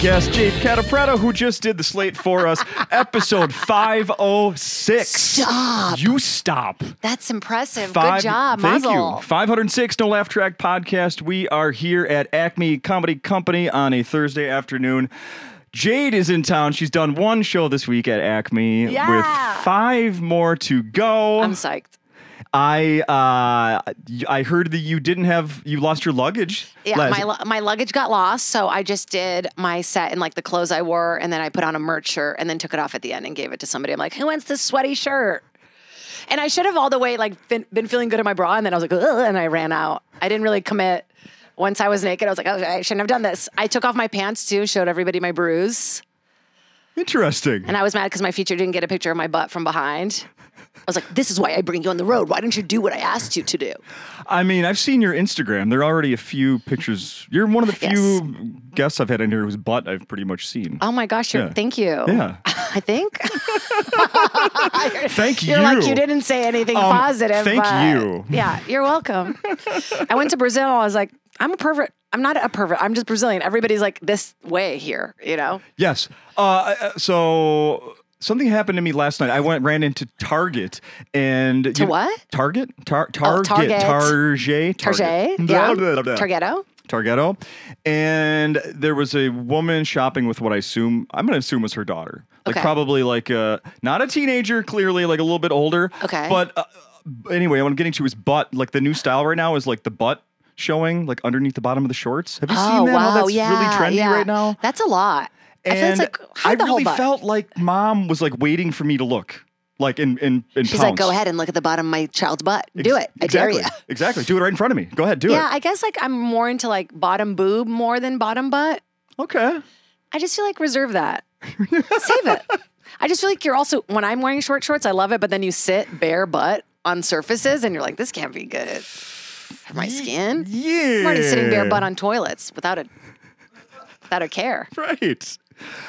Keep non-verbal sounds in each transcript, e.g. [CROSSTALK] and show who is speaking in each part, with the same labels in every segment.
Speaker 1: guest, Jade Catapretta, who just did the slate for
Speaker 2: [LAUGHS]
Speaker 1: us, episode 506.
Speaker 2: Stop.
Speaker 1: You stop.
Speaker 2: That's impressive.
Speaker 1: Five-
Speaker 2: Good job.
Speaker 1: Thank
Speaker 2: Muzzle.
Speaker 1: you. 506 No Laugh Track Podcast. We are here at Acme Comedy Company on a Thursday afternoon. Jade is in town. She's done one show this week at Acme
Speaker 2: Yeah.
Speaker 1: with five more to go.
Speaker 2: I'm psyched.
Speaker 1: I uh, y- I heard that you didn't have you lost your luggage.
Speaker 2: Yeah,
Speaker 1: last-
Speaker 2: my, lu- my luggage got lost, so I just did my set in like the clothes I wore, and then I put on a merch shirt, and then took it off at the end and gave it to somebody. I'm like, who wants this sweaty shirt? And I should have all the way like been, been feeling good in my bra, and then I was like, Ugh, and I ran out. I didn't really commit. Once I was naked, I was like, oh, I shouldn't have done this. I took off my pants too, showed everybody my bruise,
Speaker 1: interesting.
Speaker 2: and I was mad because my feature didn't get a picture of my butt from behind. I was like, this is why I bring you on the road. Why don't you do what I asked you to do?
Speaker 1: I mean, I've seen your Instagram. There are already a few pictures. You're one of the
Speaker 2: Yes.
Speaker 1: few guests I've had in here whose butt I've pretty much seen.
Speaker 2: Oh my gosh, you're,
Speaker 1: Yeah.
Speaker 2: thank you.
Speaker 1: Yeah. [LAUGHS]
Speaker 2: I think.
Speaker 1: Thank
Speaker 2: You're
Speaker 1: you.
Speaker 2: like you didn't say anything
Speaker 1: Um,
Speaker 2: positive.
Speaker 1: thank
Speaker 2: but-
Speaker 1: you.
Speaker 2: Yeah,
Speaker 1: [LAUGHS]
Speaker 2: you're welcome. I went to Brazil. I was like, I'm a pervert. I'm not a pervert. I'm just Brazilian. Everybody's like this way here, you know.
Speaker 1: Yes. Uh, Uh, so something happened to me last night. I went ran into Target and to
Speaker 2: what?
Speaker 1: Target. Tar- Target.
Speaker 2: Target.
Speaker 1: Target.
Speaker 2: Target, yeah,
Speaker 1: Blah, blah, blah, blah.
Speaker 2: Targetto.
Speaker 1: Targetto. And there was a woman shopping with what I assume I'm gonna assume was her daughter. Like
Speaker 2: Okay.
Speaker 1: probably like uh not a teenager, clearly like a little bit older.
Speaker 2: Okay.
Speaker 1: But uh, anyway, what I'm getting to is butt. Like the new style right now is like the butt showing like underneath the bottom of the shorts. Have you
Speaker 2: Oh
Speaker 1: seen that? How
Speaker 2: wow,
Speaker 1: that's
Speaker 2: yeah,
Speaker 1: really trendy
Speaker 2: yeah.
Speaker 1: right now.
Speaker 2: That's a lot. I feel
Speaker 1: And
Speaker 2: it's like
Speaker 1: I
Speaker 2: hide the
Speaker 1: really
Speaker 2: whole butt.
Speaker 1: felt like mom was like waiting for me to look, like in in in
Speaker 2: She's like, go ahead and look at the bottom of my child's butt. Do it. I
Speaker 1: exactly.
Speaker 2: dare you.
Speaker 1: Exactly. Do it right in front of me. Go ahead. Do
Speaker 2: Yeah, I guess like I'm more into like bottom boob more than bottom butt.
Speaker 1: it. Okay.
Speaker 2: I just feel like reserve that. Save it. I just feel like you're also when I'm wearing short shorts, I love it, but then you sit bare butt on surfaces and you're like, this can't be good for my skin.
Speaker 1: Yeah.
Speaker 2: I'm already sitting bare butt on toilets without a without a care.
Speaker 1: [LAUGHS] Right.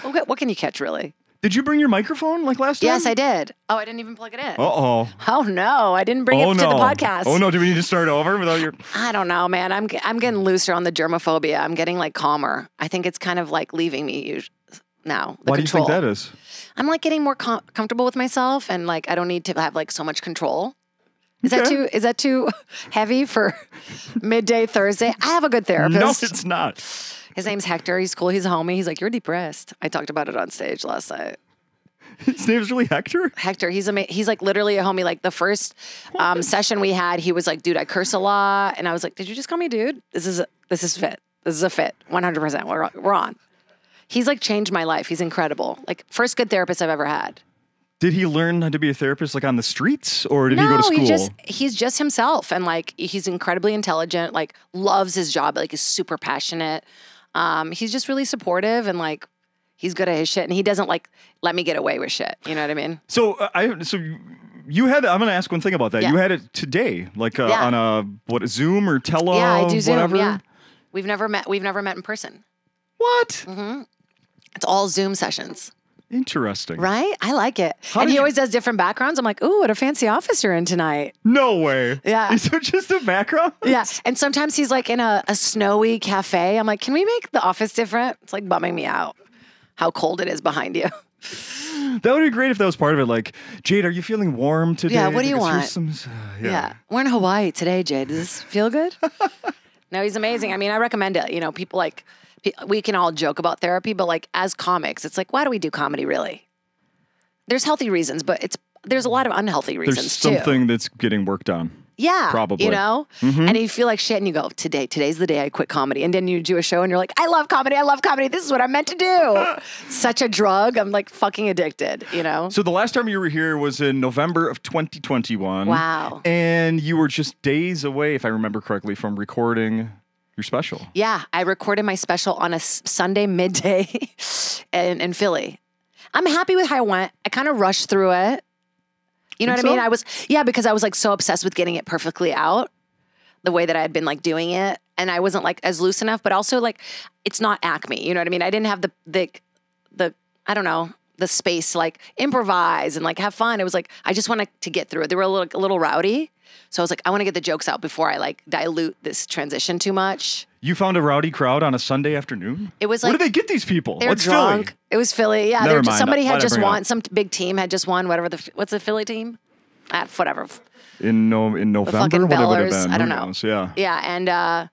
Speaker 2: Okay, what can you catch really?
Speaker 1: Did you bring your microphone like last
Speaker 2: Yes, I
Speaker 1: time?
Speaker 2: did. Oh, I didn't even plug it in.
Speaker 1: Uh oh.
Speaker 2: Oh no, I didn't bring
Speaker 1: Oh
Speaker 2: it
Speaker 1: no.
Speaker 2: to the podcast.
Speaker 1: Oh no. Do we need to start over without your?
Speaker 2: I don't know, man. I'm ge- I'm getting looser on the germophobia. I'm getting like calmer. I think it's kind of like leaving me usually, now. The
Speaker 1: Why
Speaker 2: control.
Speaker 1: do you think that is?
Speaker 2: I'm like getting more com- comfortable with myself, and like I don't need to have like so much control. Is that
Speaker 1: Okay.
Speaker 2: too? Is that too [LAUGHS] heavy for [LAUGHS] midday Thursday? I have a good therapist.
Speaker 1: No, it's not. [LAUGHS]
Speaker 2: His name's Hector. He's cool. He's a homie. He's like, you're depressed. I talked about it on stage last night.
Speaker 1: His name's really Hector.
Speaker 2: Hector, he's ama- he's like literally a homie. Like the first um, session we had, he was like, dude, I curse a lot, and I was like, did you just call me dude? This is a, this is fit. This is a fit. 100. percent We're on- we're on. He's like changed my life. He's incredible. Like first good therapist I've ever had.
Speaker 1: Did he learn how to be a therapist like on the streets, or did
Speaker 2: no,
Speaker 1: he go to school?
Speaker 2: just he's just himself and like he's incredibly intelligent, like loves his job, like is super passionate. Um, he's just really supportive and like he's good at his shit and he doesn't like let me get away with shit. You know what I mean?
Speaker 1: So uh, I so you- you had I'm going to ask one thing about that.
Speaker 2: Yeah.
Speaker 1: You had it today, like uh,
Speaker 2: Yeah.
Speaker 1: on a what Zoom or Telo,
Speaker 2: yeah, I do Zoom.
Speaker 1: Um, whatever.
Speaker 2: Yeah. We've never met we've never met in person.
Speaker 1: What?
Speaker 2: Mm-hmm. It's all Zoom sessions.
Speaker 1: Interesting.
Speaker 2: Right? I like it. and
Speaker 1: did
Speaker 2: he
Speaker 1: you-
Speaker 2: always does different backgrounds. I'm like, ooh, what a fancy office you're in tonight.
Speaker 1: No way.
Speaker 2: Yeah.
Speaker 1: Is it just a
Speaker 2: [LAUGHS]
Speaker 1: background?
Speaker 2: Yeah. And sometimes he's like in a, a snowy cafe. I'm like, can we make the office different? It's like bumming me out how cold it is behind you. [LAUGHS]
Speaker 1: That would be great if that was part of it. Like, Jade, are you feeling warm today?
Speaker 2: what do you
Speaker 1: Because
Speaker 2: want?
Speaker 1: here's some- uh, yeah.
Speaker 2: Yeah. We're in Hawaii today, Jay. Does this feel good? [LAUGHS] no, he's amazing. I mean, I recommend it. You know, people like, pe- we can all joke about therapy, but like as comics, it's like, why do we do comedy really? There's healthy reasons, but it's, there's a lot of unhealthy
Speaker 1: There's
Speaker 2: reasons too.
Speaker 1: something that's getting worked on.
Speaker 2: Yeah.
Speaker 1: Probably. Mm-hmm.
Speaker 2: You know? And you feel like shit and you go, today, today's the day I quit comedy. And then you do a show and you're like, I love comedy. I love comedy. This is what I'm meant
Speaker 1: [LAUGHS]
Speaker 2: to do. Such a drug. I'm like fucking addicted, you know?
Speaker 1: So the last time you were here was in November of 2021.
Speaker 2: Wow.
Speaker 1: And you were just days away, if I remember correctly, from recording your special.
Speaker 2: Yeah, I recorded my special on a s- Sunday midday [LAUGHS] in, in Philly. I'm happy with how I went. I kind of rushed through it. You know
Speaker 1: Think
Speaker 2: what I mean?
Speaker 1: so?
Speaker 2: I was, yeah, because I was like so obsessed with getting it perfectly out the way that I had been like doing it. And I wasn't like as loose enough, but also like it's not acme. You know what I mean? I didn't have the, the, the, I don't know, the space to like improvise and like have fun. It was like I just wanted to get through it. They were a little, a little rowdy, so I was like, I want to get the jokes out before I like dilute this transition too much.
Speaker 1: You found a rowdy crowd on a Sunday afternoon.
Speaker 2: It was
Speaker 1: where
Speaker 2: like-
Speaker 1: do they get these people?
Speaker 2: They're
Speaker 1: What's
Speaker 2: drunk.
Speaker 1: Philly?
Speaker 2: It was Philly. Yeah,
Speaker 1: Never
Speaker 2: they're just,
Speaker 1: mind.
Speaker 2: somebody
Speaker 1: Why'd I
Speaker 2: had just
Speaker 1: bring it
Speaker 2: won.
Speaker 1: up?
Speaker 2: Some t- big team had just won. Whatever the f- what's the Philly team? Ah, whatever.
Speaker 1: in no in November.
Speaker 2: fucking
Speaker 1: What it would have
Speaker 2: bellers.
Speaker 1: been.
Speaker 2: I
Speaker 1: Who
Speaker 2: don't know.
Speaker 1: knows? Yeah.
Speaker 2: Yeah, and uh,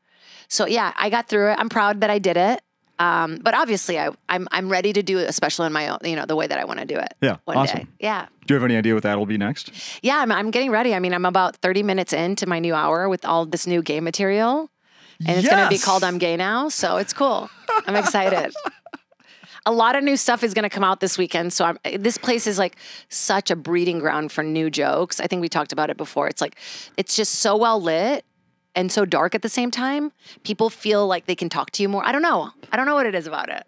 Speaker 2: so yeah, I got through it. I'm proud that I did it. Um, but obviously, I, I'm I'm ready to do a special in my own, you know, the way that I want to do it.
Speaker 1: Yeah,
Speaker 2: one day.
Speaker 1: awesome.
Speaker 2: Yeah,
Speaker 1: Do you have any idea what that'll be next?
Speaker 2: yeah. I'm I'm getting ready. I mean, I'm about 30 minutes into my new hour with all this new game material, and it's gonna be
Speaker 1: Yes.
Speaker 2: called "I'm Gay Now," so it's cool. I'm excited. a lot of new stuff is going to come out this weekend. So I'm, this place is like such a breeding ground for new jokes. I think we talked about it before. It's like it's just so well lit and so dark at the same time. People feel like they can talk to you more. I don't know. I don't know what it is about it.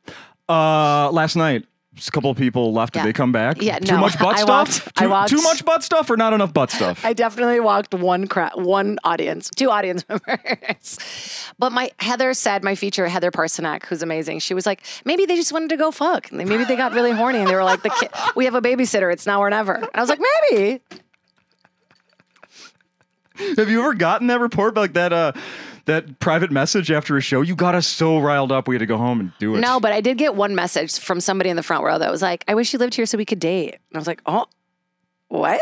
Speaker 1: Uh, last night, just a couple of people left. Did
Speaker 2: Yeah.
Speaker 1: they come back?
Speaker 2: Yeah,
Speaker 1: Too
Speaker 2: no.
Speaker 1: much butt
Speaker 2: [LAUGHS] I
Speaker 1: stuff.
Speaker 2: walked-
Speaker 1: too,
Speaker 2: I walked.
Speaker 1: too much butt stuff, or not enough butt stuff.
Speaker 2: I definitely walked one crowd, one audience, two audience [LAUGHS] members. But my Heather said, my feature Heather Parsonak, who's amazing. She was like, maybe they just wanted to go fuck. And they- Maybe they got really horny and they were like, the ki- we have a babysitter. It's now or never. And I was like, maybe.
Speaker 1: Have you ever gotten that report like that? Uh, that private message after a show, you got us so riled up, we had to go home and do it.
Speaker 2: No, but I did get one message from somebody in the front row that was like, I wish you lived here so we could date. And I was like, oh, what?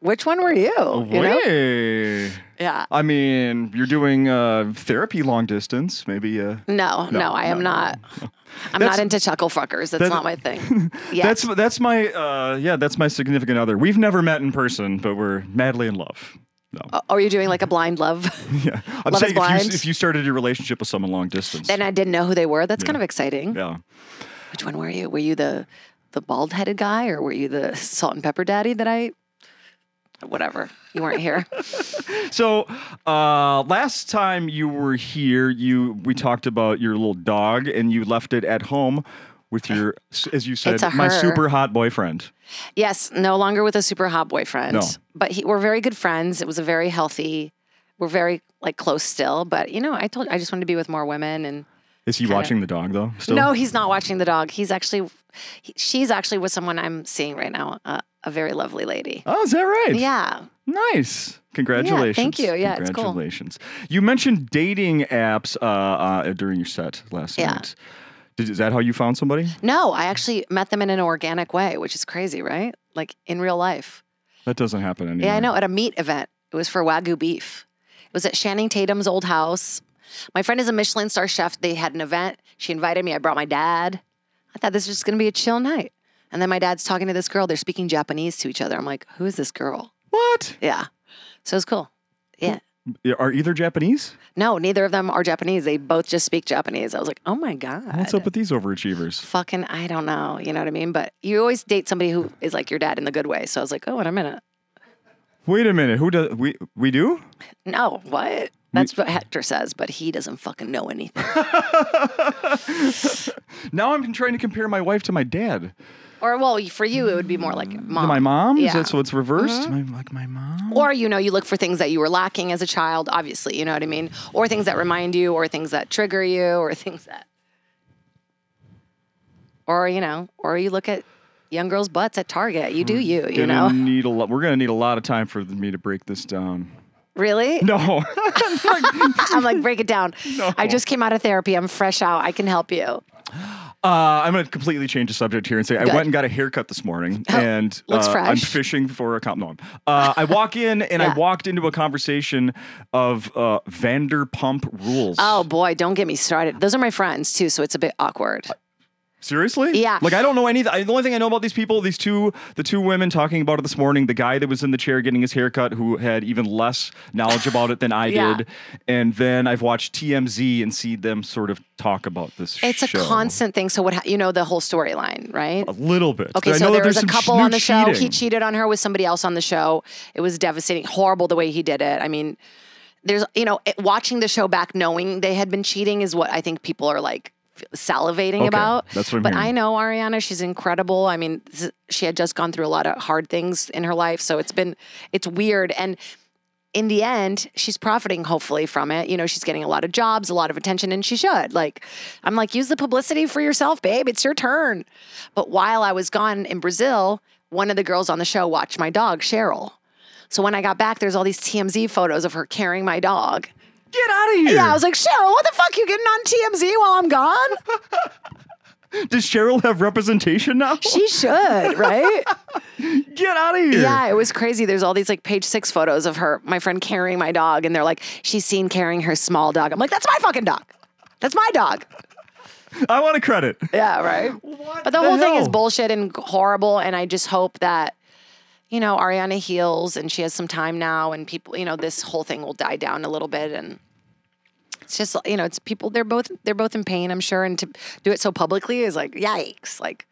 Speaker 2: Which one were you? You know?
Speaker 1: Way.
Speaker 2: Yeah.
Speaker 1: I mean, you're doing uh, therapy long distance, maybe. Uh,
Speaker 2: No, no, I am
Speaker 1: no,
Speaker 2: not. I'm
Speaker 1: That's-
Speaker 2: not into chuckle fuckers.
Speaker 1: That's-
Speaker 2: That's, not my thing.
Speaker 1: [LAUGHS]
Speaker 2: Yeah.
Speaker 1: That's that's my uh, yeah, that's my significant other. We've never met in person, but we're madly in love. [LAUGHS] No,
Speaker 2: or you're Oh, doing like a blind love.
Speaker 1: yeah, I'm
Speaker 2: Love is
Speaker 1: saying if
Speaker 2: blind.
Speaker 1: you, if you started your relationship with someone long distance,
Speaker 2: then I didn't know who they were. That's kind of exciting.
Speaker 1: yeah.
Speaker 2: Which one were you? Were you the the bald headed guy or were you the salt and pepper daddy that I whatever. You
Speaker 1: [LAUGHS]
Speaker 2: weren't here.
Speaker 1: So uh, last time you were here, you we talked about your little dog, and you left it at home with your, as you said,
Speaker 2: It's a
Speaker 1: my
Speaker 2: her.
Speaker 1: super hot boyfriend.
Speaker 2: Yes, no longer with a super hot boyfriend.
Speaker 1: No.
Speaker 2: But he, we're very good friends. It was a very healthy. We're very like close still, but you know, I told I just wanted to be with more women and
Speaker 1: Is he watching the dog though? Still?
Speaker 2: no, he's not watching the dog. He's actually he, she's actually with someone I'm seeing right now, uh, a very lovely lady.
Speaker 1: Oh, is that right?
Speaker 2: Yeah.
Speaker 1: Nice. Congratulations.
Speaker 2: thank you. Yeah, it's cool.
Speaker 1: Congratulations. You mentioned dating apps uh, uh, during your set last
Speaker 2: Yeah.
Speaker 1: night. Did, is that how you found somebody?
Speaker 2: No, I actually met them in an organic way, which is crazy, right? Like in real life.
Speaker 1: That doesn't happen anymore.
Speaker 2: Yeah, I know. At a meat event, it was for Wagyu beef. It was at Channing Tatum's old house. My friend is a Michelin star chef. They had an event. She invited me. I brought my dad. I thought this was just going to be a chill night. And then my dad's talking to this girl. They're speaking Japanese to each other. I'm like, who is this girl?
Speaker 1: What?
Speaker 2: Yeah. So it was cool. Yeah.
Speaker 1: Yeah, Are either Japanese?
Speaker 2: No, neither of them are Japanese. They both just speak Japanese. I was like, oh my God.
Speaker 1: What's up with these overachievers?
Speaker 2: Fucking, I don't know. You know what I mean? But you always date somebody who is like your dad in the good way. So I was like, oh, wait a minute.
Speaker 1: Wait a minute. Who does we we do?
Speaker 2: No, what? That's what Hector says, but he doesn't fucking know anything.
Speaker 1: Now I'm trying to compare my wife to my dad.
Speaker 2: or well, for you it would be more like mom.
Speaker 1: My mom? Is
Speaker 2: Ah. Yeah. Mm-hmm.
Speaker 1: that so it's reversed? My, like my mom?
Speaker 2: Or you know, you look for things that you were lacking as a child, obviously, you know what I mean? Or things that remind you, or things that trigger you, or [LAUGHS] things that Or, you know, or you look at young girls' butts at Target. You do you,
Speaker 1: Gonna
Speaker 2: you know.
Speaker 1: need a lot. We're gonna need a lot of time for me to break this down.
Speaker 2: [LAUGHS] Really?
Speaker 1: No, [LAUGHS]
Speaker 2: I'm like, break it down. I just came out of therapy. I'm fresh out. I can help you.
Speaker 1: Uh, I'm going to completely change the subject here and say I
Speaker 2: Good. Oh,
Speaker 1: went and got a haircut this morning, and
Speaker 2: looks
Speaker 1: uh,
Speaker 2: fresh.
Speaker 1: I'm fishing for a comp. No, I'm- uh, I walk in and
Speaker 2: Yeah.
Speaker 1: I walked into a conversation of uh, Vanderpump Rules.
Speaker 2: Oh boy, don't get me started. Those are my friends too, so it's a bit awkward.
Speaker 1: Uh, seriously?
Speaker 2: Yeah.
Speaker 1: Like I don't know anything. I- The only thing I know about these people, these two, the two women talking about it this morning, the guy that was in the chair getting his haircut, who had even less knowledge about it than I
Speaker 2: [LAUGHS] Yeah.
Speaker 1: did, and then I've watched TMZ and see them sort of talk about this.
Speaker 2: It's a
Speaker 1: show.
Speaker 2: constant thing. So what ha- you know the whole storyline, right?
Speaker 1: A little bit.
Speaker 2: Okay,
Speaker 1: I
Speaker 2: so
Speaker 1: know that
Speaker 2: there was a
Speaker 1: there's some sh-
Speaker 2: couple
Speaker 1: new
Speaker 2: on the show. He
Speaker 1: cheating.
Speaker 2: cheated on her with somebody else on the show. It was devastating, horrible the way he did it. I mean, there's you know, it, watching the show back, knowing they had been cheating is what I think people are like f- salivating about.
Speaker 1: that's what I'm
Speaker 2: But
Speaker 1: hearing.
Speaker 2: I know Ariana; she's incredible. I mean, this is- she had just gone through a lot of hard things in her life, so it's been it's weird and. in the end, she's profiting hopefully from it. You know, she's getting a lot of jobs, a lot of attention, and she should. Like, I'm like, use the publicity for yourself, babe. It's your turn. But while I was gone in Brazil, one of the girls on the show watched my dog, Cheryl. So when I got back, there's all these TMZ photos of her carrying my dog.
Speaker 1: Get out of here.
Speaker 2: Yeah, I was like, Cheryl, what the fuck? You getting on TMZ while I'm gone?
Speaker 1: Does Cheryl have representation now?
Speaker 2: She [LAUGHS] should, right?
Speaker 1: Get out of here.
Speaker 2: Yeah, it was crazy. There's all these like page six photos of her, my friend carrying my dog, and they're like, she's seen carrying her small dog. I'm like, that's my fucking dog. That's my dog.
Speaker 1: I want a credit.
Speaker 2: Yeah, right.
Speaker 1: What
Speaker 2: but the, whole thing is
Speaker 1: hell?
Speaker 2: bullshit and horrible. And I just hope that, you know, Ariana heals and she has some time now, and people, you know, this whole thing will die down a little bit. And it's just, you know, it's people. They're both they're both in pain, I'm sure. And to do it so publicly is like, yikes! Like,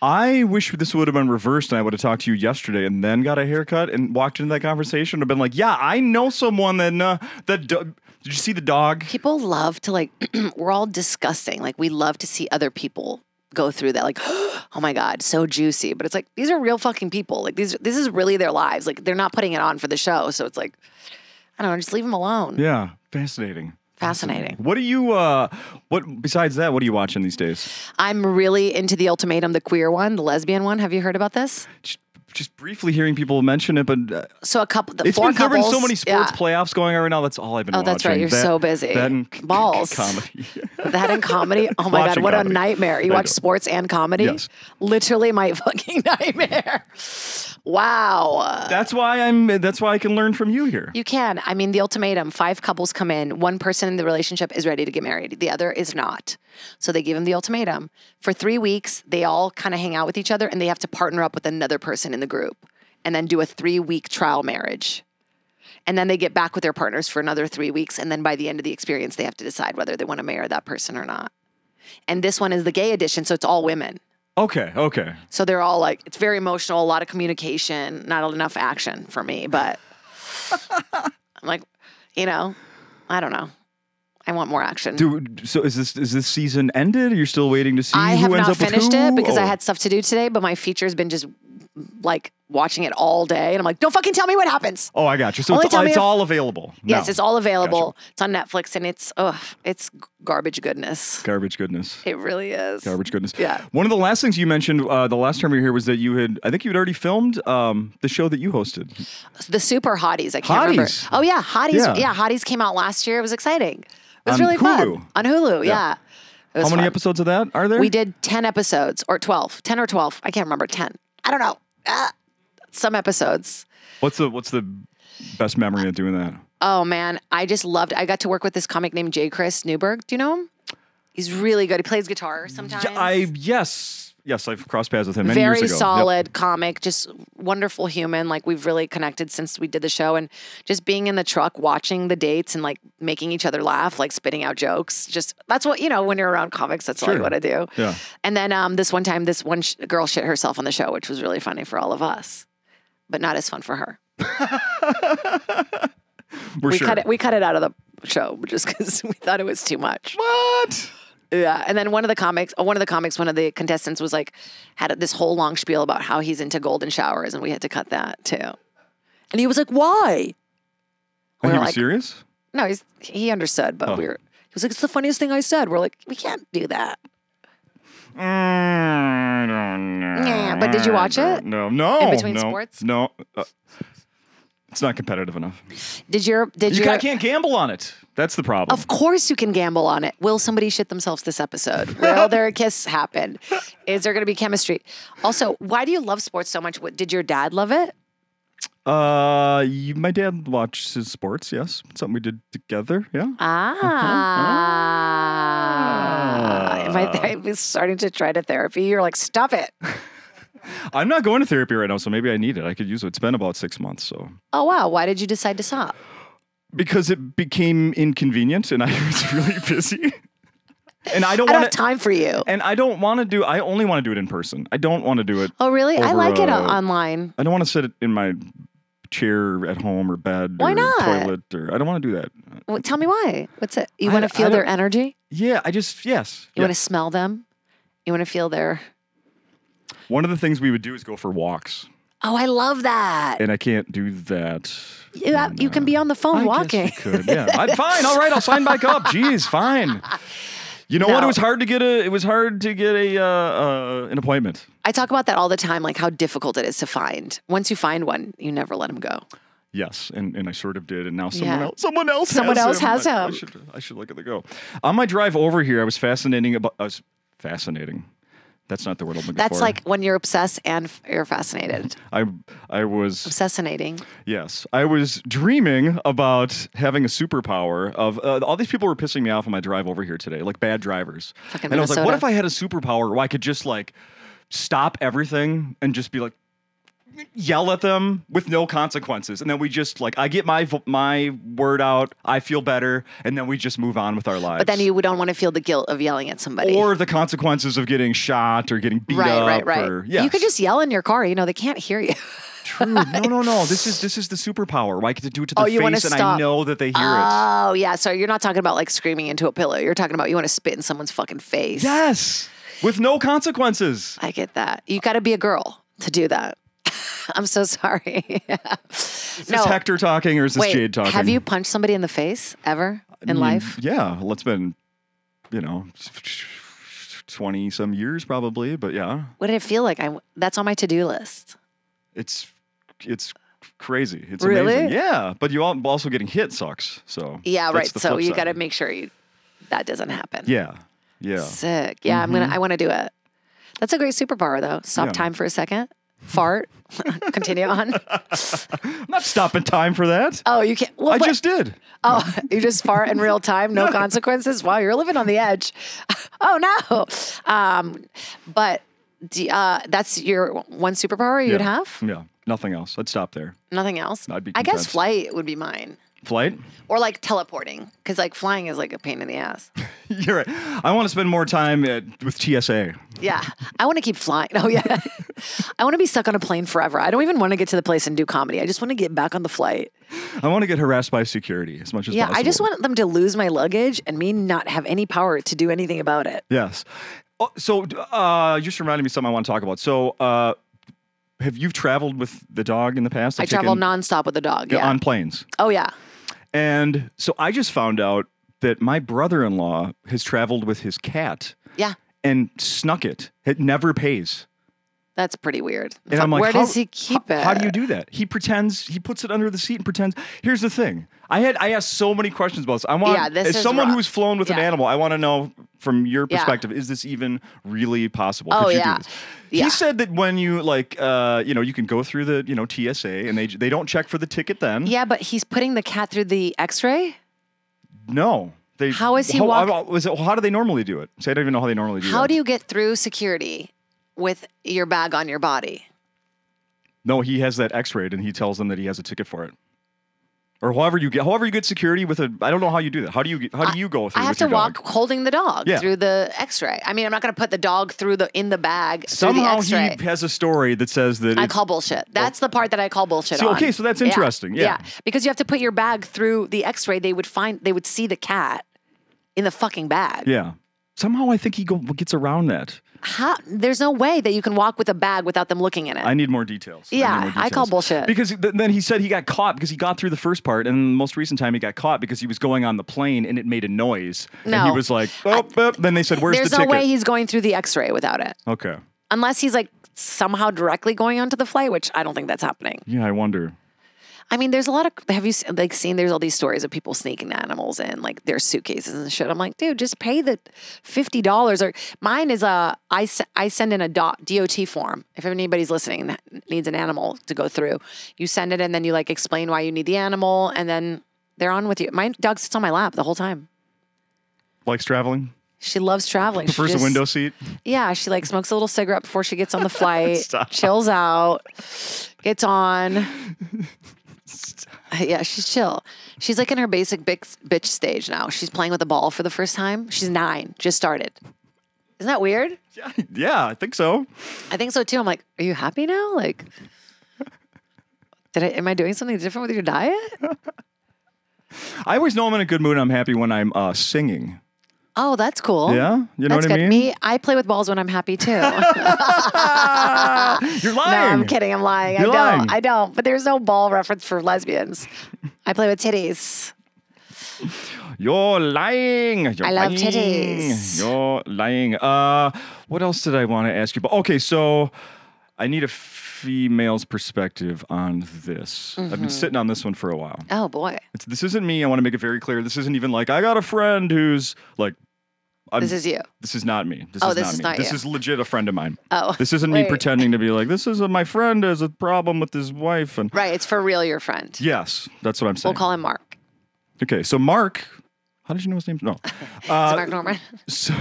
Speaker 1: I wish this would have been reversed and I would have talked to you yesterday and then got a haircut and walked into that conversation and been like, yeah, I know someone that, uh, that do- did you see the dog?
Speaker 2: people love to like [CLEARS THROAT] we're all disgusting like we love to see other people go through that like [GASPS] oh my god so juicy but it's like these are real fucking people like these this is really their lives like they're not putting it on for the show so it's like i don't know just leave them alone
Speaker 1: Yeah, fascinating.
Speaker 2: fascinating
Speaker 1: What do you, uh, what, besides that, what are you watching these days?
Speaker 2: i'm really into the ultimatum the queer one the lesbian one have you heard about this
Speaker 1: Just, just briefly hearing people mention it, but uh,
Speaker 2: so a couple the
Speaker 1: it's
Speaker 2: four
Speaker 1: been, there have been
Speaker 2: couples
Speaker 1: so many sports
Speaker 2: yeah.
Speaker 1: playoffs going on right now. That's all I've been
Speaker 2: Oh,
Speaker 1: watching.
Speaker 2: that's right. You're
Speaker 1: That-
Speaker 2: so busy.
Speaker 1: That and
Speaker 2: Balls.
Speaker 1: [LAUGHS] comedy.
Speaker 2: That
Speaker 1: [LAUGHS]
Speaker 2: and comedy. Oh my God,
Speaker 1: Watching
Speaker 2: what
Speaker 1: comedy.
Speaker 2: a nightmare. You
Speaker 1: I
Speaker 2: watch
Speaker 1: know.
Speaker 2: sports and comedy?
Speaker 1: Yes.
Speaker 2: Literally my [LAUGHS] fucking nightmare. Wow.
Speaker 1: That's why I'm, that's why I can learn from you here.
Speaker 2: You can. I mean, the ultimatum five couples come in, one person in the relationship is ready to get married, the other is not. So they give them the ultimatum. For three weeks, they all kind of hang out with each other and they have to partner up with another person in the group and then do a three week trial marriage. And then they get back with their partners for another three weeks. And then by the end of the experience, they have to decide whether they want to marry that person or not. And this one is the gay edition, so it's all women.
Speaker 1: Okay. Okay.
Speaker 2: So they're all like, it's very emotional, a lot of communication, not enough action for me. But I'm like, you know, I don't know. I want more action.
Speaker 1: Do, so is this, is this season ended? Or you're still waiting to see
Speaker 2: I
Speaker 1: who
Speaker 2: have
Speaker 1: ends
Speaker 2: not
Speaker 1: up with
Speaker 2: finished
Speaker 1: who?
Speaker 2: it because I
Speaker 1: Oh.
Speaker 2: had stuff to do today, but my feature's been just like watching it all day. And I'm like, don't fucking tell me what happens.
Speaker 1: Oh, I got you. So
Speaker 2: Only
Speaker 1: it's,
Speaker 2: tell me
Speaker 1: it's
Speaker 2: if-
Speaker 1: all available.
Speaker 2: Yes,
Speaker 1: now.
Speaker 2: it's all available. It's on Netflix and it's, ugh, it's garbage goodness.
Speaker 1: garbage goodness.
Speaker 2: It really is.
Speaker 1: Garbage goodness.
Speaker 2: Yeah.
Speaker 1: One of the last things you mentioned uh, the last time you were here was that you had, I think you had already filmed um, the show that you hosted.
Speaker 2: The super hotties. I can't remember.
Speaker 1: Hotties.
Speaker 2: Oh yeah,
Speaker 1: Yeah.
Speaker 2: hotties. Yeah. hotties came out last year. It was exciting. It was
Speaker 1: On
Speaker 2: really
Speaker 1: Hulu.
Speaker 2: fun on Hulu. Yeah. It was
Speaker 1: How many
Speaker 2: fun.
Speaker 1: episodes of that are there?
Speaker 2: We did ten episodes or twelve. Ten or twelve. I can't remember. Ten. I don't know. Ah, some episodes.
Speaker 1: What's the What's the best memory of doing that?
Speaker 2: Oh man, I just loved. I got to work with this comic named J. Chris Newberg. Do you know him? He's really good. He plays guitar sometimes.
Speaker 1: Yeah, I yes yes I've crossed paths with him many
Speaker 2: very
Speaker 1: years ago. Yep.
Speaker 2: solid comic, just wonderful human. Like we've really connected since we did the show, and just being in the truck, watching the dates, and like making each other laugh, like spitting out jokes. Just that's what you know when you're around comics. That's
Speaker 1: Sure.
Speaker 2: like what I do.
Speaker 1: Yeah.
Speaker 2: And then um, this one time, this one sh- girl shit herself on the show, which was really funny for all of us, but not as fun for her.
Speaker 1: We're
Speaker 2: we
Speaker 1: sure.
Speaker 2: cut it. We cut it out of the show just because [LAUGHS] we thought it was too much.
Speaker 1: What?
Speaker 2: Yeah, and then one of the comics, one of the comics, one of the contestants was like had this whole long spiel about how he's into golden showers, and we had to cut that too. And he was like, "Why?"
Speaker 1: Are
Speaker 2: We're
Speaker 1: you
Speaker 2: like-
Speaker 1: serious?
Speaker 2: No, he's he understood, but
Speaker 1: Oh.
Speaker 2: we were. He was like, "It's the funniest thing I said." We're like, "We can't do that."
Speaker 1: Mm, I don't know.
Speaker 2: Yeah, but did you watch
Speaker 1: I
Speaker 2: it?
Speaker 1: don't know. No.
Speaker 2: In between
Speaker 1: no,
Speaker 2: sports?
Speaker 1: No. Uh, it's not competitive enough.
Speaker 2: Did your did
Speaker 1: You
Speaker 2: your
Speaker 1: ca- can't gamble on it. That's the problem.
Speaker 2: Of course, you can gamble on it. Will somebody shit themselves this episode?
Speaker 1: [LAUGHS]
Speaker 2: Will their kiss happen? Is there going to be chemistry? Also, why do you love sports so much? What, did your dad love it?
Speaker 1: Uh, you, my dad watches sports. Yes, something we did together. Yeah.
Speaker 2: Ah.
Speaker 1: Ah.
Speaker 2: Am I, I was starting to try to therapy. You're like, stop it.
Speaker 1: I'm not going to therapy right now, so maybe I need it. I could use it. It's been about six months, so
Speaker 2: Oh, wow. Why did you decide to stop?
Speaker 1: because it became inconvenient and [LAUGHS] I was really busy, and I don't
Speaker 2: I don't
Speaker 1: want
Speaker 2: have
Speaker 1: to.
Speaker 2: time for you.
Speaker 1: And I don't want to do. I only want to do it in person. I don't want to do it.
Speaker 2: Oh, really? I
Speaker 1: Over,
Speaker 2: like it
Speaker 1: uh,
Speaker 2: o- online.
Speaker 1: I don't want to sit in my chair at home or bed
Speaker 2: Why
Speaker 1: or
Speaker 2: not?
Speaker 1: toilet or I don't want to do that.
Speaker 2: Well, tell me why. What's it? You
Speaker 1: I
Speaker 2: want to
Speaker 1: don't- I
Speaker 2: feel their
Speaker 1: don't-
Speaker 2: energy?
Speaker 1: Yeah, I just yes.
Speaker 2: You
Speaker 1: yeah.
Speaker 2: want to smell them? You want to feel their.
Speaker 1: One of the things we would do is go for walks.
Speaker 2: Oh, I love that.
Speaker 1: and I can't do that.
Speaker 2: You, you can be on the phone
Speaker 1: I guess
Speaker 2: walking.
Speaker 1: you
Speaker 2: [LAUGHS]
Speaker 1: could. Yeah. I'm fine. All right. I'll sign back up. Jeez, fine. You know what? It
Speaker 2: No.
Speaker 1: was hard to get a. It was hard to get a uh, uh, an appointment.
Speaker 2: I talk about that all the time, like how difficult it is to find. Once you find one, you never let them go.
Speaker 1: Yes, and, and I sort of did, and now someone
Speaker 2: Yeah.
Speaker 1: else, someone else,
Speaker 2: Someone
Speaker 1: has
Speaker 2: else
Speaker 1: him.
Speaker 2: has
Speaker 1: I, I
Speaker 2: him.
Speaker 1: should, I should look at the go. On my drive over here, I was fascinating about. I was fascinating. That's not the word I'm looking
Speaker 2: That's
Speaker 1: for.
Speaker 2: like when you're obsessed and f- you're fascinated.
Speaker 1: I I was
Speaker 2: Obsessinating.
Speaker 1: Yes, I was dreaming about having a superpower. Of uh, all these people were pissing me off on my drive over here today, like bad drivers.
Speaker 2: Fucking
Speaker 1: and I was like, what
Speaker 2: Minnesota.
Speaker 1: if I had a superpower where I could just like stop everything and just be like yell at them with no consequences, and then we just like I get my vo- my word out, I feel better, and then we just move on with our lives.
Speaker 2: But then you don't want to feel the guilt of yelling at somebody.
Speaker 1: or the consequences of getting shot or getting beat
Speaker 2: right,
Speaker 1: up.
Speaker 2: right, right.
Speaker 1: Or, yes.
Speaker 2: You could just yell in your car. You know, they can't hear you.
Speaker 1: True. No, no, no. This is this is the superpower. Where I get to do it to
Speaker 2: Oh,
Speaker 1: their
Speaker 2: you wanna
Speaker 1: face, and I
Speaker 2: stop.
Speaker 1: know that they hear it.
Speaker 2: Oh, yeah. So you're not talking about like screaming into a pillow. You're talking about you want to spit in someone's fucking face.
Speaker 1: Yes. With no consequences.
Speaker 2: I get that. You got to be a girl to do that. [LAUGHS] I'm so sorry. [LAUGHS]
Speaker 1: Is this Hector talking or is this
Speaker 2: wait,
Speaker 1: Jade talking?
Speaker 2: Have you punched somebody in the face ever in
Speaker 1: I mean,
Speaker 2: life?
Speaker 1: Yeah. Well, it's been, you know, 20 some years probably, but yeah.
Speaker 2: What did it feel like? I that's on my to do list.
Speaker 1: It's it's crazy. It's
Speaker 2: Really?
Speaker 1: amazing. Yeah. But you all, also getting hit sucks. So
Speaker 2: Yeah,
Speaker 1: that's the
Speaker 2: right. So
Speaker 1: flip
Speaker 2: you
Speaker 1: side.
Speaker 2: got to make sure you that doesn't happen.
Speaker 1: Yeah. Yeah.
Speaker 2: Sick. Yeah, I'm gonna. I want to do it. That's a great superpower though.
Speaker 1: Mm-hmm.
Speaker 2: Stop
Speaker 1: Yeah.
Speaker 2: time for a second. Fart. [LAUGHS] Continue
Speaker 1: [LAUGHS]
Speaker 2: on.
Speaker 1: I'm not stopping time for that.
Speaker 2: Oh, you can't. Well,
Speaker 1: I
Speaker 2: but-
Speaker 1: just did.
Speaker 2: Oh, you just fart in real time,
Speaker 1: [LAUGHS]
Speaker 2: no consequences. Wow, you're living on the edge. [LAUGHS] oh no. Um, but do, uh, that's your one superpower you'd
Speaker 1: Yeah.
Speaker 2: have.
Speaker 1: Yeah. Nothing else. I'd stop there.
Speaker 2: Nothing else.
Speaker 1: I'd be
Speaker 2: I guess
Speaker 1: content.
Speaker 2: flight would be mine,
Speaker 1: Flight? [LAUGHS]
Speaker 2: or like teleporting, because like flying is like a pain in the ass.
Speaker 1: You're right. I want to spend more time at, with TSA.
Speaker 2: Yeah, I want to keep flying. Oh yeah, [LAUGHS] I want to be stuck on a plane forever. I don't even want to get to the place and do comedy. I just want to get back on the flight.
Speaker 1: I want to get harassed by security as much as
Speaker 2: Yeah,
Speaker 1: possible.
Speaker 2: I just want them to lose my luggage and me not have any power to do anything about it.
Speaker 1: Yes. Oh, so uh, you just reminded me of something I want to talk about. So uh, have you traveled with the dog in the past?
Speaker 2: I
Speaker 1: I've taken-
Speaker 2: travel nonstop with the dog. Yeah.
Speaker 1: on planes.
Speaker 2: oh yeah.
Speaker 1: And so I just found out that my brother-in-law has traveled with his cat
Speaker 2: Yeah.
Speaker 1: and snuck it. It never pays.
Speaker 2: That's pretty weird.
Speaker 1: And I'm
Speaker 2: Fuck,
Speaker 1: like,
Speaker 2: where
Speaker 1: how-
Speaker 2: does he keep
Speaker 1: how-
Speaker 2: it?
Speaker 1: How do you do that? He pretends. He puts it under the seat and pretends. Here's the thing. I had I asked so many questions about this. I want
Speaker 2: Yeah, this
Speaker 1: as
Speaker 2: is
Speaker 1: someone
Speaker 2: rough.
Speaker 1: who's flown with an
Speaker 2: Yeah.
Speaker 1: animal, I want to know from your
Speaker 2: Yeah.
Speaker 1: perspective, is this even really possible?
Speaker 2: Oh,
Speaker 1: Could you
Speaker 2: yeah.
Speaker 1: do this?
Speaker 2: Yeah.
Speaker 1: He said that when you like, uh, you know, you can go through the you know TSA and they they don't check for the ticket then.
Speaker 2: Yeah, but he's putting the cat through the X-ray.
Speaker 1: No. They,
Speaker 2: How is he
Speaker 1: how,
Speaker 2: walk-
Speaker 1: how- was it- how do they normally do it? So I don't even know how they normally do
Speaker 2: How
Speaker 1: that.
Speaker 2: do you get through security with your bag on your body?
Speaker 1: No, he has that X-rayed, and he tells them that he has a ticket for it. Or however you get, however you get security with a. I don't know how you do that. How do you how do you go through?
Speaker 2: I have
Speaker 1: with
Speaker 2: to
Speaker 1: your dog?
Speaker 2: walk holding the dog
Speaker 1: Yeah.
Speaker 2: through the X-ray. I mean, I'm not going to put the dog through the in the bag
Speaker 1: Somehow
Speaker 2: through the X-ray.
Speaker 1: he has a story that says that.
Speaker 2: I
Speaker 1: it's- oh.
Speaker 2: call bullshit. That's the part that I call bullshit.
Speaker 1: See,
Speaker 2: on.
Speaker 1: okay, so that's
Speaker 2: Yeah.
Speaker 1: interesting. Yeah.
Speaker 2: because you have to put your bag through the X-ray. They would find, they would see the cat in the fucking bag.
Speaker 1: yeah. Somehow I think he go, gets around that.
Speaker 2: How? There's no way that you can walk with a bag without them looking in it.
Speaker 1: I need more details. I need
Speaker 2: Yeah,
Speaker 1: more
Speaker 2: I call
Speaker 1: details.
Speaker 2: bullshit.
Speaker 1: Because th- then he said he got caught because he got through the first part, and the most recent time he got caught because he was going on the plane and it made a noise, and he
Speaker 2: No.
Speaker 1: was like, "Oh," oh," then they said, "Where's
Speaker 2: There's
Speaker 1: the
Speaker 2: no
Speaker 1: ticket?"
Speaker 2: way he's going through the X-ray without it,
Speaker 1: okay.
Speaker 2: unless he's like somehow directly going onto the flight, which I don't think that's happening.
Speaker 1: Yeah, I wonder.
Speaker 2: I mean, there's a lot of have you s- like seen? There's all these stories of people sneaking animals in like their suitcases and shit. I'm like, dude, just pay the fifty dollars. Or mine is a I s- I send in a dot DOT form. If anybody's listening that needs an animal to go through, you send it and then you like explain why you need the animal and then they're on with you. My dog sits on my lap the whole time.
Speaker 1: Likes
Speaker 2: [LAUGHS]
Speaker 1: traveling.
Speaker 2: She loves traveling. She
Speaker 1: Prefers the
Speaker 2: just-
Speaker 1: window
Speaker 2: [LAUGHS]
Speaker 1: seat.
Speaker 2: Yeah, she like smokes a little cigarette before
Speaker 1: [LAUGHS]
Speaker 2: she gets on the flight,
Speaker 1: Stop.
Speaker 2: chills out, gets on. [LAUGHS] Yeah, she's chill. She's like in her basic bitch, bitch stage now. She's playing with a ball for the first time. She's nine, just started. Isn't that weird?
Speaker 1: Yeah, yeah, I think so.
Speaker 2: I think so too. I'm like, are you happy now? Like, did I am I doing something different with your diet?
Speaker 1: I always know I'm in a good mood. and I'm happy when I'm uh, singing.
Speaker 2: Oh, that's cool.
Speaker 1: Yeah, you know
Speaker 2: that's
Speaker 1: what I
Speaker 2: good.
Speaker 1: mean.
Speaker 2: Me, I play with balls when I'm happy too. [LAUGHS] no,
Speaker 1: You're lying.
Speaker 2: I'm kidding. I'm lying.
Speaker 1: You're
Speaker 2: I don't.
Speaker 1: lying.
Speaker 2: I don't. But there's no ball reference for lesbians. I play with titties.
Speaker 1: You're lying. You're
Speaker 2: I love
Speaker 1: lying.
Speaker 2: titties.
Speaker 1: You're lying. Uh, what else did I want to ask you about? Okay, so I need a female's perspective on this. I've
Speaker 2: Mm-hmm.
Speaker 1: been sitting on this one for a while.
Speaker 2: Oh boy,
Speaker 1: It's, this isn't me. I want to make it very clear. This isn't even like I got a friend who's like. I'm,
Speaker 2: this is you.
Speaker 1: this is not me. This
Speaker 2: Oh,
Speaker 1: is
Speaker 2: this
Speaker 1: not
Speaker 2: is
Speaker 1: me.
Speaker 2: not
Speaker 1: this
Speaker 2: you.
Speaker 1: is legit a friend of mine.
Speaker 2: Oh,
Speaker 1: This isn't me
Speaker 2: Wait.
Speaker 1: pretending to be like this is a, my friend has a problem with his wife and
Speaker 2: right. It's for real. Your friend.
Speaker 1: yes, that's what I'm saying.
Speaker 2: We'll call him Mark.
Speaker 1: okay, so Mark, how did you know his name?
Speaker 2: [LAUGHS]
Speaker 1: No,
Speaker 2: Is
Speaker 1: Uh,
Speaker 2: it Mark Norman?
Speaker 1: So,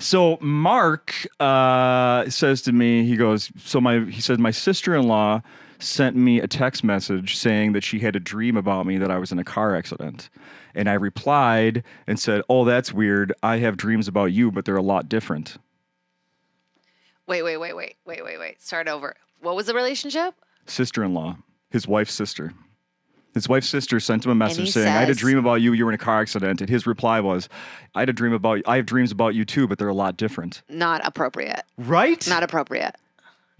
Speaker 1: so Mark uh, says to me, he goes, so my he says my sister in law sent me a text message saying that she had a dream about me that I was in a car accident, and I replied and said, oh that's weird. I have dreams about you, but they're a lot different.
Speaker 2: Wait, wait, wait, wait, wait, wait, wait. Start over. What was the relationship?
Speaker 1: Sister in law, his wife's sister. His wife's sister sent him a message
Speaker 2: he
Speaker 1: saying, "I had a
Speaker 2: says-
Speaker 1: dream about you. You were in a car accident." And his reply was, "I had a dream about. I have dreams about you too, but they're a lot different."
Speaker 2: Not appropriate.
Speaker 1: Right?
Speaker 2: Not appropriate.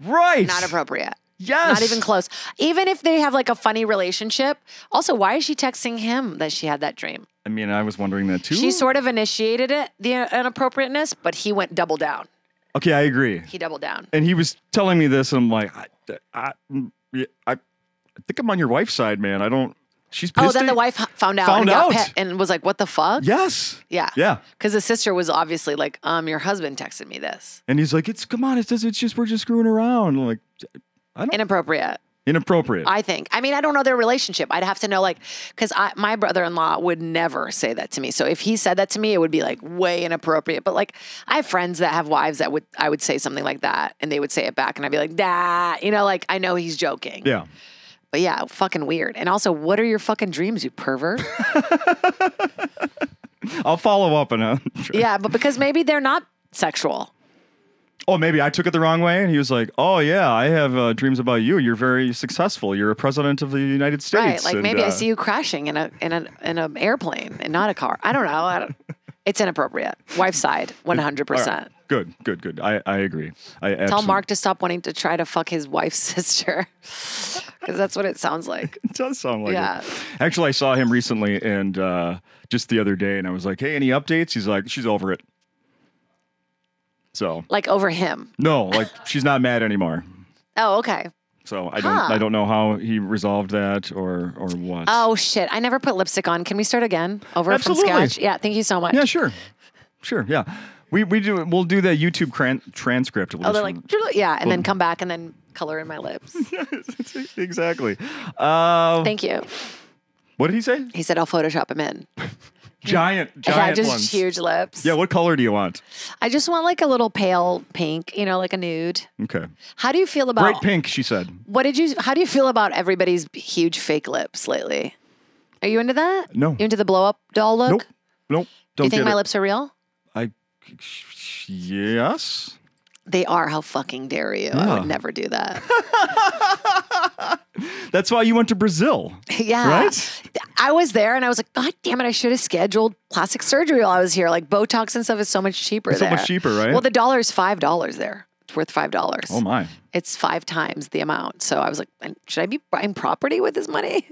Speaker 1: right. [LAUGHS]
Speaker 2: Not appropriate.
Speaker 1: Yes.
Speaker 2: Not even close. Even if they have like a funny relationship. Also, why is she texting him that she had that dream?
Speaker 1: I mean, I was wondering that too.
Speaker 2: She sort of initiated it, the inappropriateness, but he went double down.
Speaker 1: okay, I agree.
Speaker 2: He doubled down.
Speaker 1: And he was telling me this, and I'm like, I, I, I, I think I'm on your wife's side, man. I don't. She's pissed.
Speaker 2: Oh, then
Speaker 1: at-
Speaker 2: the wife hu- found out
Speaker 1: Found
Speaker 2: and got
Speaker 1: out.
Speaker 2: pet and was like, "What the fuck?"
Speaker 1: Yes.
Speaker 2: Yeah.
Speaker 1: Yeah.
Speaker 2: Because the sister was obviously like, "Um, your husband texted me this
Speaker 1: And he's like, it's come on, it's just, it's just we're just screwing around. I'm like
Speaker 2: inappropriate."
Speaker 1: inappropriate.
Speaker 2: I think. I mean, I don't know their relationship. I'd have to know, like, because my brother in law would never say that to me. So if he said that to me, it would be like way inappropriate. But like, I have friends that have wives that would I would say something like that, and they would say it back, and I'd be like, "Nah," you know, like I know he's joking.
Speaker 1: yeah.
Speaker 2: But yeah, fucking weird. And also, what are your fucking dreams, you pervert? [LAUGHS]
Speaker 1: I'll follow up and. Uh, [LAUGHS]
Speaker 2: yeah, but because maybe they're not sexual.
Speaker 1: oh, maybe I took it the wrong way, and he was like, oh yeah, I have uh, dreams about you. You're very successful. You're a president of the United States.
Speaker 2: Right, like
Speaker 1: and,
Speaker 2: maybe I
Speaker 1: uh,
Speaker 2: see you crashing in a in a in an airplane and not a car. I don't know. I don't, it's inappropriate. Wife's side, one hundred
Speaker 1: [LAUGHS] all right.
Speaker 2: percent.
Speaker 1: Good, good, good. I, I agree. I
Speaker 2: Tell
Speaker 1: absolutely-
Speaker 2: Mark to stop wanting to try to fuck his wife's [LAUGHS] sister, because that's what it
Speaker 1: [LAUGHS]
Speaker 2: sounds like.
Speaker 1: [LAUGHS] It does sound like
Speaker 2: Yeah.
Speaker 1: it. Actually, I saw him recently and uh, just the other day, and I was like, "Hey, any updates?" He's like, "She's over it." So
Speaker 2: Like over him.
Speaker 1: no,
Speaker 2: [LAUGHS]
Speaker 1: like she's not mad anymore.
Speaker 2: Oh, okay.
Speaker 1: So I don't,
Speaker 2: Huh.
Speaker 1: I don't know how he resolved that or or what.
Speaker 2: Oh shit! I never put lipstick on. Can we start again? Over
Speaker 1: Absolutely.
Speaker 2: from scratch. Yeah. Thank you so much.
Speaker 1: yeah, sure, sure, yeah. We we do we'll do that YouTube cran- transcript. We'll
Speaker 2: Oh, they're
Speaker 1: just-
Speaker 2: like, yeah, and then come back and then color in
Speaker 1: [LAUGHS]
Speaker 2: my lips.
Speaker 1: exactly. Uh,
Speaker 2: Thank you.
Speaker 1: what did he say?
Speaker 2: He said, I'll Photoshop him in.
Speaker 1: Giant,
Speaker 2: yeah,
Speaker 1: giant
Speaker 2: just
Speaker 1: ones.
Speaker 2: huge lips.
Speaker 1: Yeah. What color do you want?
Speaker 2: I just want like a little pale pink, you know, like a nude.
Speaker 1: Okay.
Speaker 2: How do you feel
Speaker 1: Bright
Speaker 2: about
Speaker 1: pink. She said.
Speaker 2: what did you? How do you feel about everybody's huge fake lips lately? Are you into that?
Speaker 1: No.
Speaker 2: You into the blow up doll look?
Speaker 1: Nope. Nope.
Speaker 2: Do
Speaker 1: Don't
Speaker 2: you think
Speaker 1: get
Speaker 2: my
Speaker 1: it.
Speaker 2: lips are real?
Speaker 1: I yes.
Speaker 2: They are. How fucking dare you? I
Speaker 1: Yeah.
Speaker 2: would never do
Speaker 1: [LAUGHS]
Speaker 2: that. [LAUGHS]
Speaker 1: That's why you went to Brazil,
Speaker 2: yeah.
Speaker 1: right?
Speaker 2: I was there and I was like, God damn it, I should have scheduled plastic surgery while I was here. Like Botox and stuff is so much cheaper
Speaker 1: It's so much
Speaker 2: there.
Speaker 1: cheaper, right?
Speaker 2: Well, the dollar is $5 there. It's worth $5.
Speaker 1: Oh my.
Speaker 2: It's five times the amount. So I was like, should I be buying property with this money?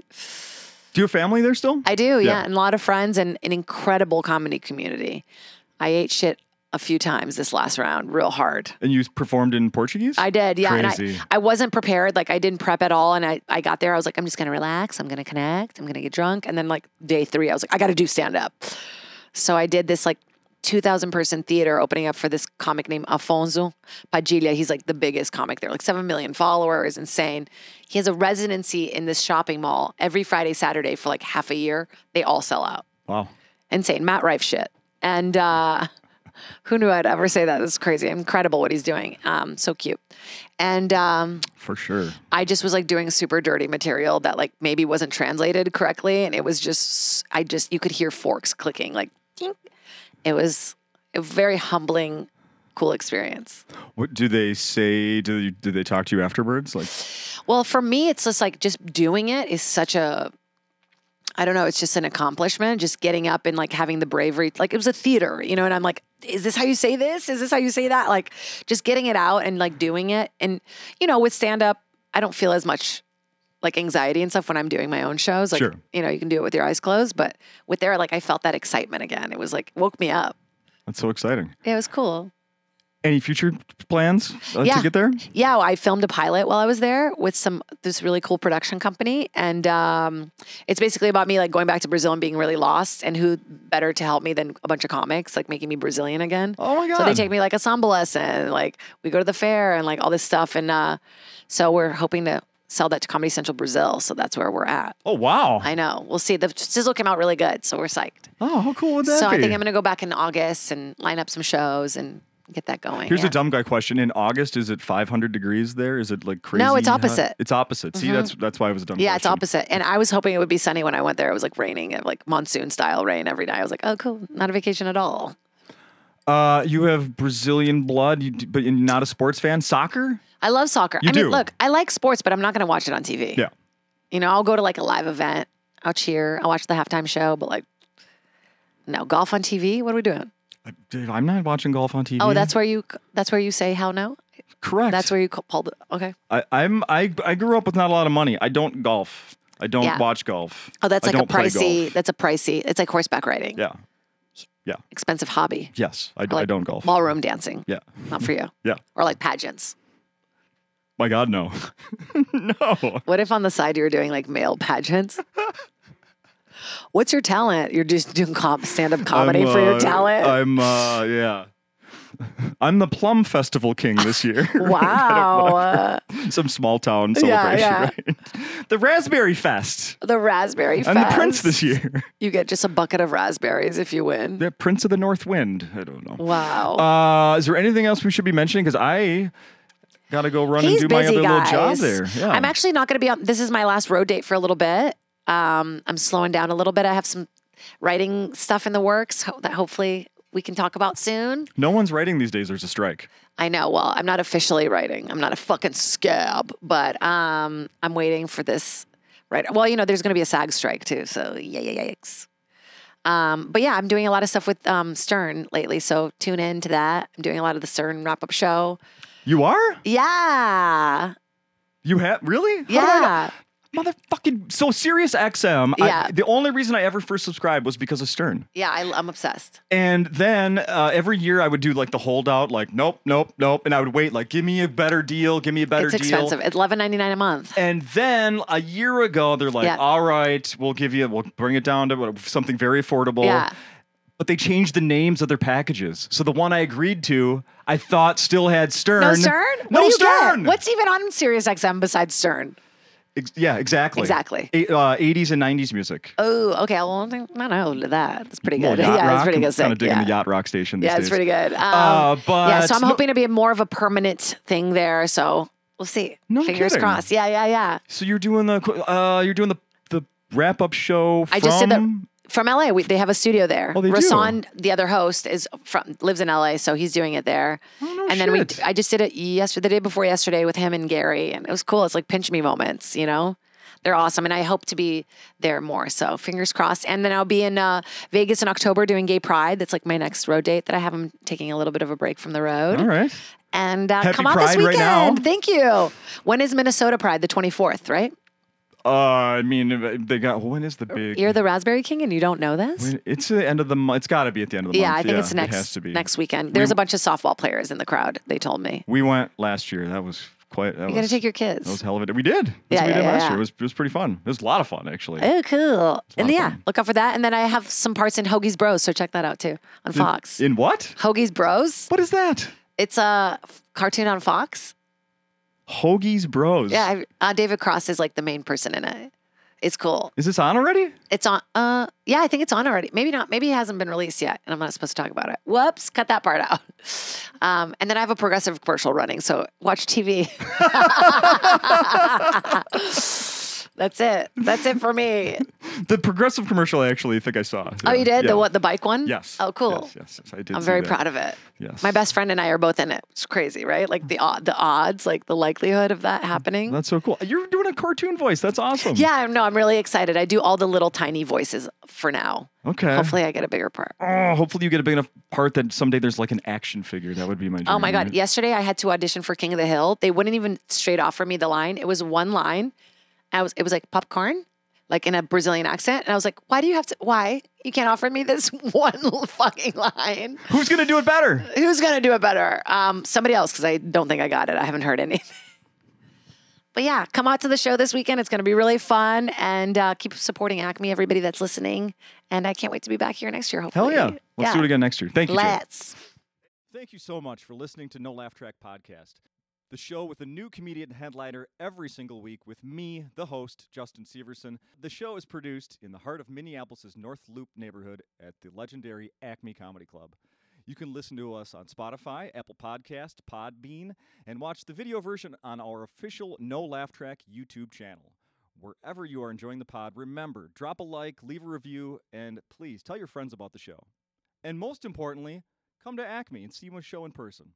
Speaker 2: [LAUGHS]
Speaker 1: Do you have family there still?
Speaker 2: I do, yeah.
Speaker 1: Yeah.
Speaker 2: And a lot of friends and an incredible comedy community. I ate shit a few times this last round, real hard.
Speaker 1: and you performed in Portuguese?
Speaker 2: I did, yeah.
Speaker 1: Crazy.
Speaker 2: And I, I wasn't prepared. Like I didn't prep at all. And I, I got there. I was like, I'm just gonna relax. I'm gonna connect. I'm gonna get drunk. And then like day three, I was like, I gotta do stand up. So I did this like 2,000 person theater opening up for this comic named Afonso Padilla. He's like the biggest comic there, like 7 million followers, insane. He has a residency in this shopping mall every Friday, Saturday for like half a year. They all sell out
Speaker 1: Wow.
Speaker 2: insane Matt Rife shit. And uh, who knew I'd ever say that? That's crazy. Incredible what he's doing. Um, so cute. And um,
Speaker 1: For sure.
Speaker 2: I just was like doing super dirty material that like maybe wasn't translated correctly, and it was just I just you could hear forks clicking like. dink. It was a very humbling, cool experience.
Speaker 1: What do they say? Do you, do they talk to you afterwards? Like,
Speaker 2: Well, for me, it's just like just doing it is such a I don't know, it's just an accomplishment, just getting up and like having the bravery. Like it was a theater, you know, and I'm like, is this how you say this? Is this how you say that? Like just getting it out and like doing it. And, you know, with stand up, I don't feel as much like anxiety and stuff when I'm doing my own shows. Like,
Speaker 1: Sure.
Speaker 2: you know, you can do it with your eyes closed, but with there, like I felt that excitement again. It was like, woke me up.
Speaker 1: That's so exciting.
Speaker 2: Yeah, it was cool.
Speaker 1: Any future plans uh, to
Speaker 2: Yeah.
Speaker 1: get there?
Speaker 2: Yeah, well, I filmed a pilot while I was there with some this really cool production company, and um, it's basically about me like going back to Brazil and being really lost, and who better to help me than a bunch of comics, like making me Brazilian again.
Speaker 1: Oh my god!
Speaker 2: So they take me like a samba lesson, like we go to the fair and like all this stuff, and uh, so we're hoping to sell that to Comedy Central Brazil. So that's where we're at.
Speaker 1: oh wow!
Speaker 2: I know. We'll see. The sizzle came out really good, so we're psyched.
Speaker 1: oh, how cool would that
Speaker 2: So
Speaker 1: be?
Speaker 2: I think I'm gonna go back in August and line up some shows and get that going.
Speaker 1: Here's
Speaker 2: yeah.
Speaker 1: a dumb guy question. In August, is it 500 degrees there? Is it like crazy?
Speaker 2: No, it's
Speaker 1: hot?
Speaker 2: opposite. Mm-hmm.
Speaker 1: It's opposite. See, that's that's why it was a dumb.
Speaker 2: Yeah, it's
Speaker 1: question.
Speaker 2: opposite. And I was hoping it would be sunny when I went there. It was like raining, uh, like monsoon style rain every night. I was like, oh, cool, not a vacation at all.
Speaker 1: Uh, you have Brazilian blood, you, d- but you're not a sports fan. Soccer?
Speaker 2: I love soccer.
Speaker 1: You
Speaker 2: I mean,
Speaker 1: do.
Speaker 2: look, I like sports, but I'm not going to watch it on TV.
Speaker 1: Yeah.
Speaker 2: You know, I'll go to like a live event, I'll cheer, I'll watch the halftime show, but like, no, golf on TV. What are we doing?
Speaker 1: Uh, Dude, I'm not watching golf on TV.
Speaker 2: Oh, that's where you. That's where you say how no.
Speaker 1: correct.
Speaker 2: That's where you ca- called. it. Okay.
Speaker 1: I, I'm. I I grew up with not a lot of money. I don't golf. I don't
Speaker 2: Yeah.
Speaker 1: watch golf.
Speaker 2: Oh, that's
Speaker 1: I
Speaker 2: like a
Speaker 1: don't play
Speaker 2: pricey.
Speaker 1: golf.
Speaker 2: That's a pricey. It's like horseback riding.
Speaker 1: Yeah.
Speaker 2: Expensive hobby.
Speaker 1: Yes. I, d- I
Speaker 2: Like
Speaker 1: don't golf.
Speaker 2: Ballroom dancing.
Speaker 1: Yeah.
Speaker 2: Not for you.
Speaker 1: Yeah.
Speaker 2: Or like pageants.
Speaker 1: My God, no. [LAUGHS] no.
Speaker 2: What if on the side you were doing like male pageants? What's your talent? You're just doing comp stand up comedy
Speaker 1: I'm,
Speaker 2: for your
Speaker 1: uh, [LAUGHS]
Speaker 2: talent.
Speaker 1: I'm. Uh, yeah. I'm the Plum Festival King this year.
Speaker 2: [LAUGHS] wow. Uh,
Speaker 1: [LAUGHS] Some small town celebration.
Speaker 2: yeah.
Speaker 1: Right? The Raspberry Fest.
Speaker 2: the raspberry
Speaker 1: I'm the prince
Speaker 2: Fest.
Speaker 1: this year. [LAUGHS]
Speaker 2: You get just a bucket of raspberries if you win.
Speaker 1: the prince of the North Wind. I don't know.
Speaker 2: Wow.
Speaker 1: Uh, is there anything else we should be mentioning? Because I gotta go run
Speaker 2: He's
Speaker 1: and do my
Speaker 2: busy,
Speaker 1: other
Speaker 2: guys.
Speaker 1: little job there. Yeah.
Speaker 2: I'm actually not going to be on. This is my last road date for a little bit. Um, I'm slowing down a little bit. I have some writing stuff in the works ho- that hopefully we can talk about soon.
Speaker 1: no one's writing these days. There's a strike.
Speaker 2: I know. Well, I'm not officially writing. I'm not a fucking scab, but um, I'm waiting for this. Right. Well, you know, there's going to be a SAG strike too. So yeah, yeah, yikes. Um, but yeah, I'm doing a lot of stuff with um, Stern lately. So tune in to that. I'm doing a lot of the Stern wrap up show.
Speaker 1: You are?
Speaker 2: Yeah.
Speaker 1: You have really? How did I not-
Speaker 2: Yeah.
Speaker 1: motherfucking so Sirius XM. I-
Speaker 2: Yeah.
Speaker 1: the only reason I ever first subscribed was because of Stern.
Speaker 2: Yeah. I, I'm obsessed.
Speaker 1: And then uh, every year I would do like the holdout, like nope, nope, nope, and I would wait, like give me a better deal, give me a better
Speaker 2: it's
Speaker 1: deal.
Speaker 2: expensive. It's $11.99 a month.
Speaker 1: And then a year ago, they're like,
Speaker 2: Yeah.
Speaker 1: all right, we'll give you, we'll bring it down to what- something very affordable.
Speaker 2: Yeah.
Speaker 1: But they changed the names of their packages. So the one I agreed to, I thought still had Stern.
Speaker 2: No Stern? What
Speaker 1: No
Speaker 2: do you
Speaker 1: Stern.
Speaker 2: Get? What's even on Sirius XM besides Stern?
Speaker 1: Ex- yeah, exactly.
Speaker 2: Exactly.
Speaker 1: Eight- uh, 80s and 90s music.
Speaker 2: Oh, okay. Well, I don't know that. That's pretty
Speaker 1: Well,
Speaker 2: good. [LAUGHS]
Speaker 1: yacht
Speaker 2: Yeah,
Speaker 1: rock.
Speaker 2: that's pretty good.
Speaker 1: Kind
Speaker 2: sick.
Speaker 1: of digging
Speaker 2: yeah.
Speaker 1: the yacht rock station. These
Speaker 2: Yeah, it's
Speaker 1: days.
Speaker 2: pretty good. Um,
Speaker 1: Uh,
Speaker 2: yeah, so
Speaker 1: but
Speaker 2: I'm
Speaker 1: no-
Speaker 2: hoping to be more of a permanent thing there. So we'll see.
Speaker 1: No
Speaker 2: Fingers
Speaker 1: kidding.
Speaker 2: crossed. Yeah, yeah, yeah.
Speaker 1: So you're doing the uh, you're doing the the wrap up show. From,
Speaker 2: I just did that from LA. We, they have a studio there.
Speaker 1: Oh, they do?
Speaker 2: Rasan, the other host, is from lives in LA, so he's doing it there.
Speaker 1: Oh, no
Speaker 2: and then we,
Speaker 1: shit.
Speaker 2: I just did it yesterday, the day before yesterday, with him and Gary, and it was cool. It's like pinch me moments, you know. They're awesome, and I hope to be there more. So fingers crossed. And then I'll be in uh, Vegas in October doing Gay Pride. That's like my next road date that I have. I'm taking a little bit of a break from the road.
Speaker 1: All right.
Speaker 2: And uh,
Speaker 1: Happy
Speaker 2: come out this
Speaker 1: Pride right
Speaker 2: weekend.
Speaker 1: now.
Speaker 2: Thank you. When is Minnesota Pride? The 24th, right?
Speaker 1: Uh, I mean, they got when is the big?
Speaker 2: You're the Raspberry King and you don't know this?
Speaker 1: When- It's the end of the month. It's got to be at the end of the
Speaker 2: yeah,
Speaker 1: month.
Speaker 2: I think it's next
Speaker 1: It has to be.
Speaker 2: next weekend. There's a bunch of softball players in the crowd, they told me.
Speaker 1: We went last year. That was quite. That was,
Speaker 2: You got to take your
Speaker 1: That was
Speaker 2: kids.
Speaker 1: a hell of a day. We did. That's
Speaker 2: Yeah,
Speaker 1: what we
Speaker 2: yeah,
Speaker 1: did
Speaker 2: yeah,
Speaker 1: last year.
Speaker 2: yeah.
Speaker 1: It was, it was pretty fun. It was a lot of fun actually.
Speaker 2: Oh, cool. And
Speaker 1: of
Speaker 2: yeah,
Speaker 1: fun.
Speaker 2: look out for that. And then I have some parts in Hoagie's Bros, so check that out too on Fox.
Speaker 1: In what?
Speaker 2: Hoagie's Bros?
Speaker 1: What is that?
Speaker 2: It's a f- cartoon on Fox.
Speaker 1: Hoagie's Bros.
Speaker 2: Yeah, I, uh, David Cross is like the main person in it. It's cool.
Speaker 1: Is this on already?
Speaker 2: It's on. Uh, yeah, I think it's on already. Maybe not. Maybe it hasn't been released yet, and I'm not supposed to talk about it. Whoops, cut that part out. [LAUGHS] Um, and then I have a progressive commercial running, so watch TV. [LAUGHS] That's it. That's it for me.
Speaker 1: The progressive commercial, I actually think I saw.
Speaker 2: Oh, you did
Speaker 1: Yeah.
Speaker 2: the what? The bike one?
Speaker 1: Yes.
Speaker 2: Oh, cool.
Speaker 1: Yes, yes, yes, I did.
Speaker 2: I'm
Speaker 1: see
Speaker 2: very
Speaker 1: that.
Speaker 2: proud of it.
Speaker 1: Yes.
Speaker 2: My best friend and I are both in it. It's crazy, right? Like the od- the odds, like the likelihood of that happening.
Speaker 1: That's so cool. You're doing a cartoon voice. That's awesome.
Speaker 2: yeah, I'm- no, I'm really excited. I do all the little tiny voices for now.
Speaker 1: Okay.
Speaker 2: Hopefully, I get a bigger part.
Speaker 1: Oh, hopefully you get a big enough part that someday there's like an action figure. That would be my dream.
Speaker 2: Oh my God.
Speaker 1: right?
Speaker 2: Yesterday I had to audition for King of the Hill. They wouldn't even straight offer me the line. It was one line. I was it was like popcorn, like in a Brazilian accent. And I was like, why do you have to why? You can't offer me this [LAUGHS] one fucking line.
Speaker 1: Who's gonna do it better?
Speaker 2: Who's gonna do it better? Um, somebody else, because I don't think I got it. I haven't heard anything. [LAUGHS] But yeah, come out to the show this weekend. It's going to be really fun and uh, keep supporting Acme, everybody that's listening. And I can't wait to be back here next year,
Speaker 1: Hell
Speaker 2: hopefully.
Speaker 1: yeah. Let's do it again next year. Thank you. Jay.
Speaker 2: Let's.
Speaker 1: Thank you so much for listening to No Laugh Track Podcast, the show with a new comedian headliner every single week with me, the host, Justin Severson. The show is produced in the heart of Minneapolis' North Loop neighborhood at the legendary Acme Comedy Club. You can listen to us on Spotify, Apple Podcast, Podbean, and watch the video version on our official No Laugh Track YouTube channel. Wherever you are enjoying the pod, remember, drop a like, leave a review, and please tell your friends about the show. And most importantly, come to Acme and see my show in person.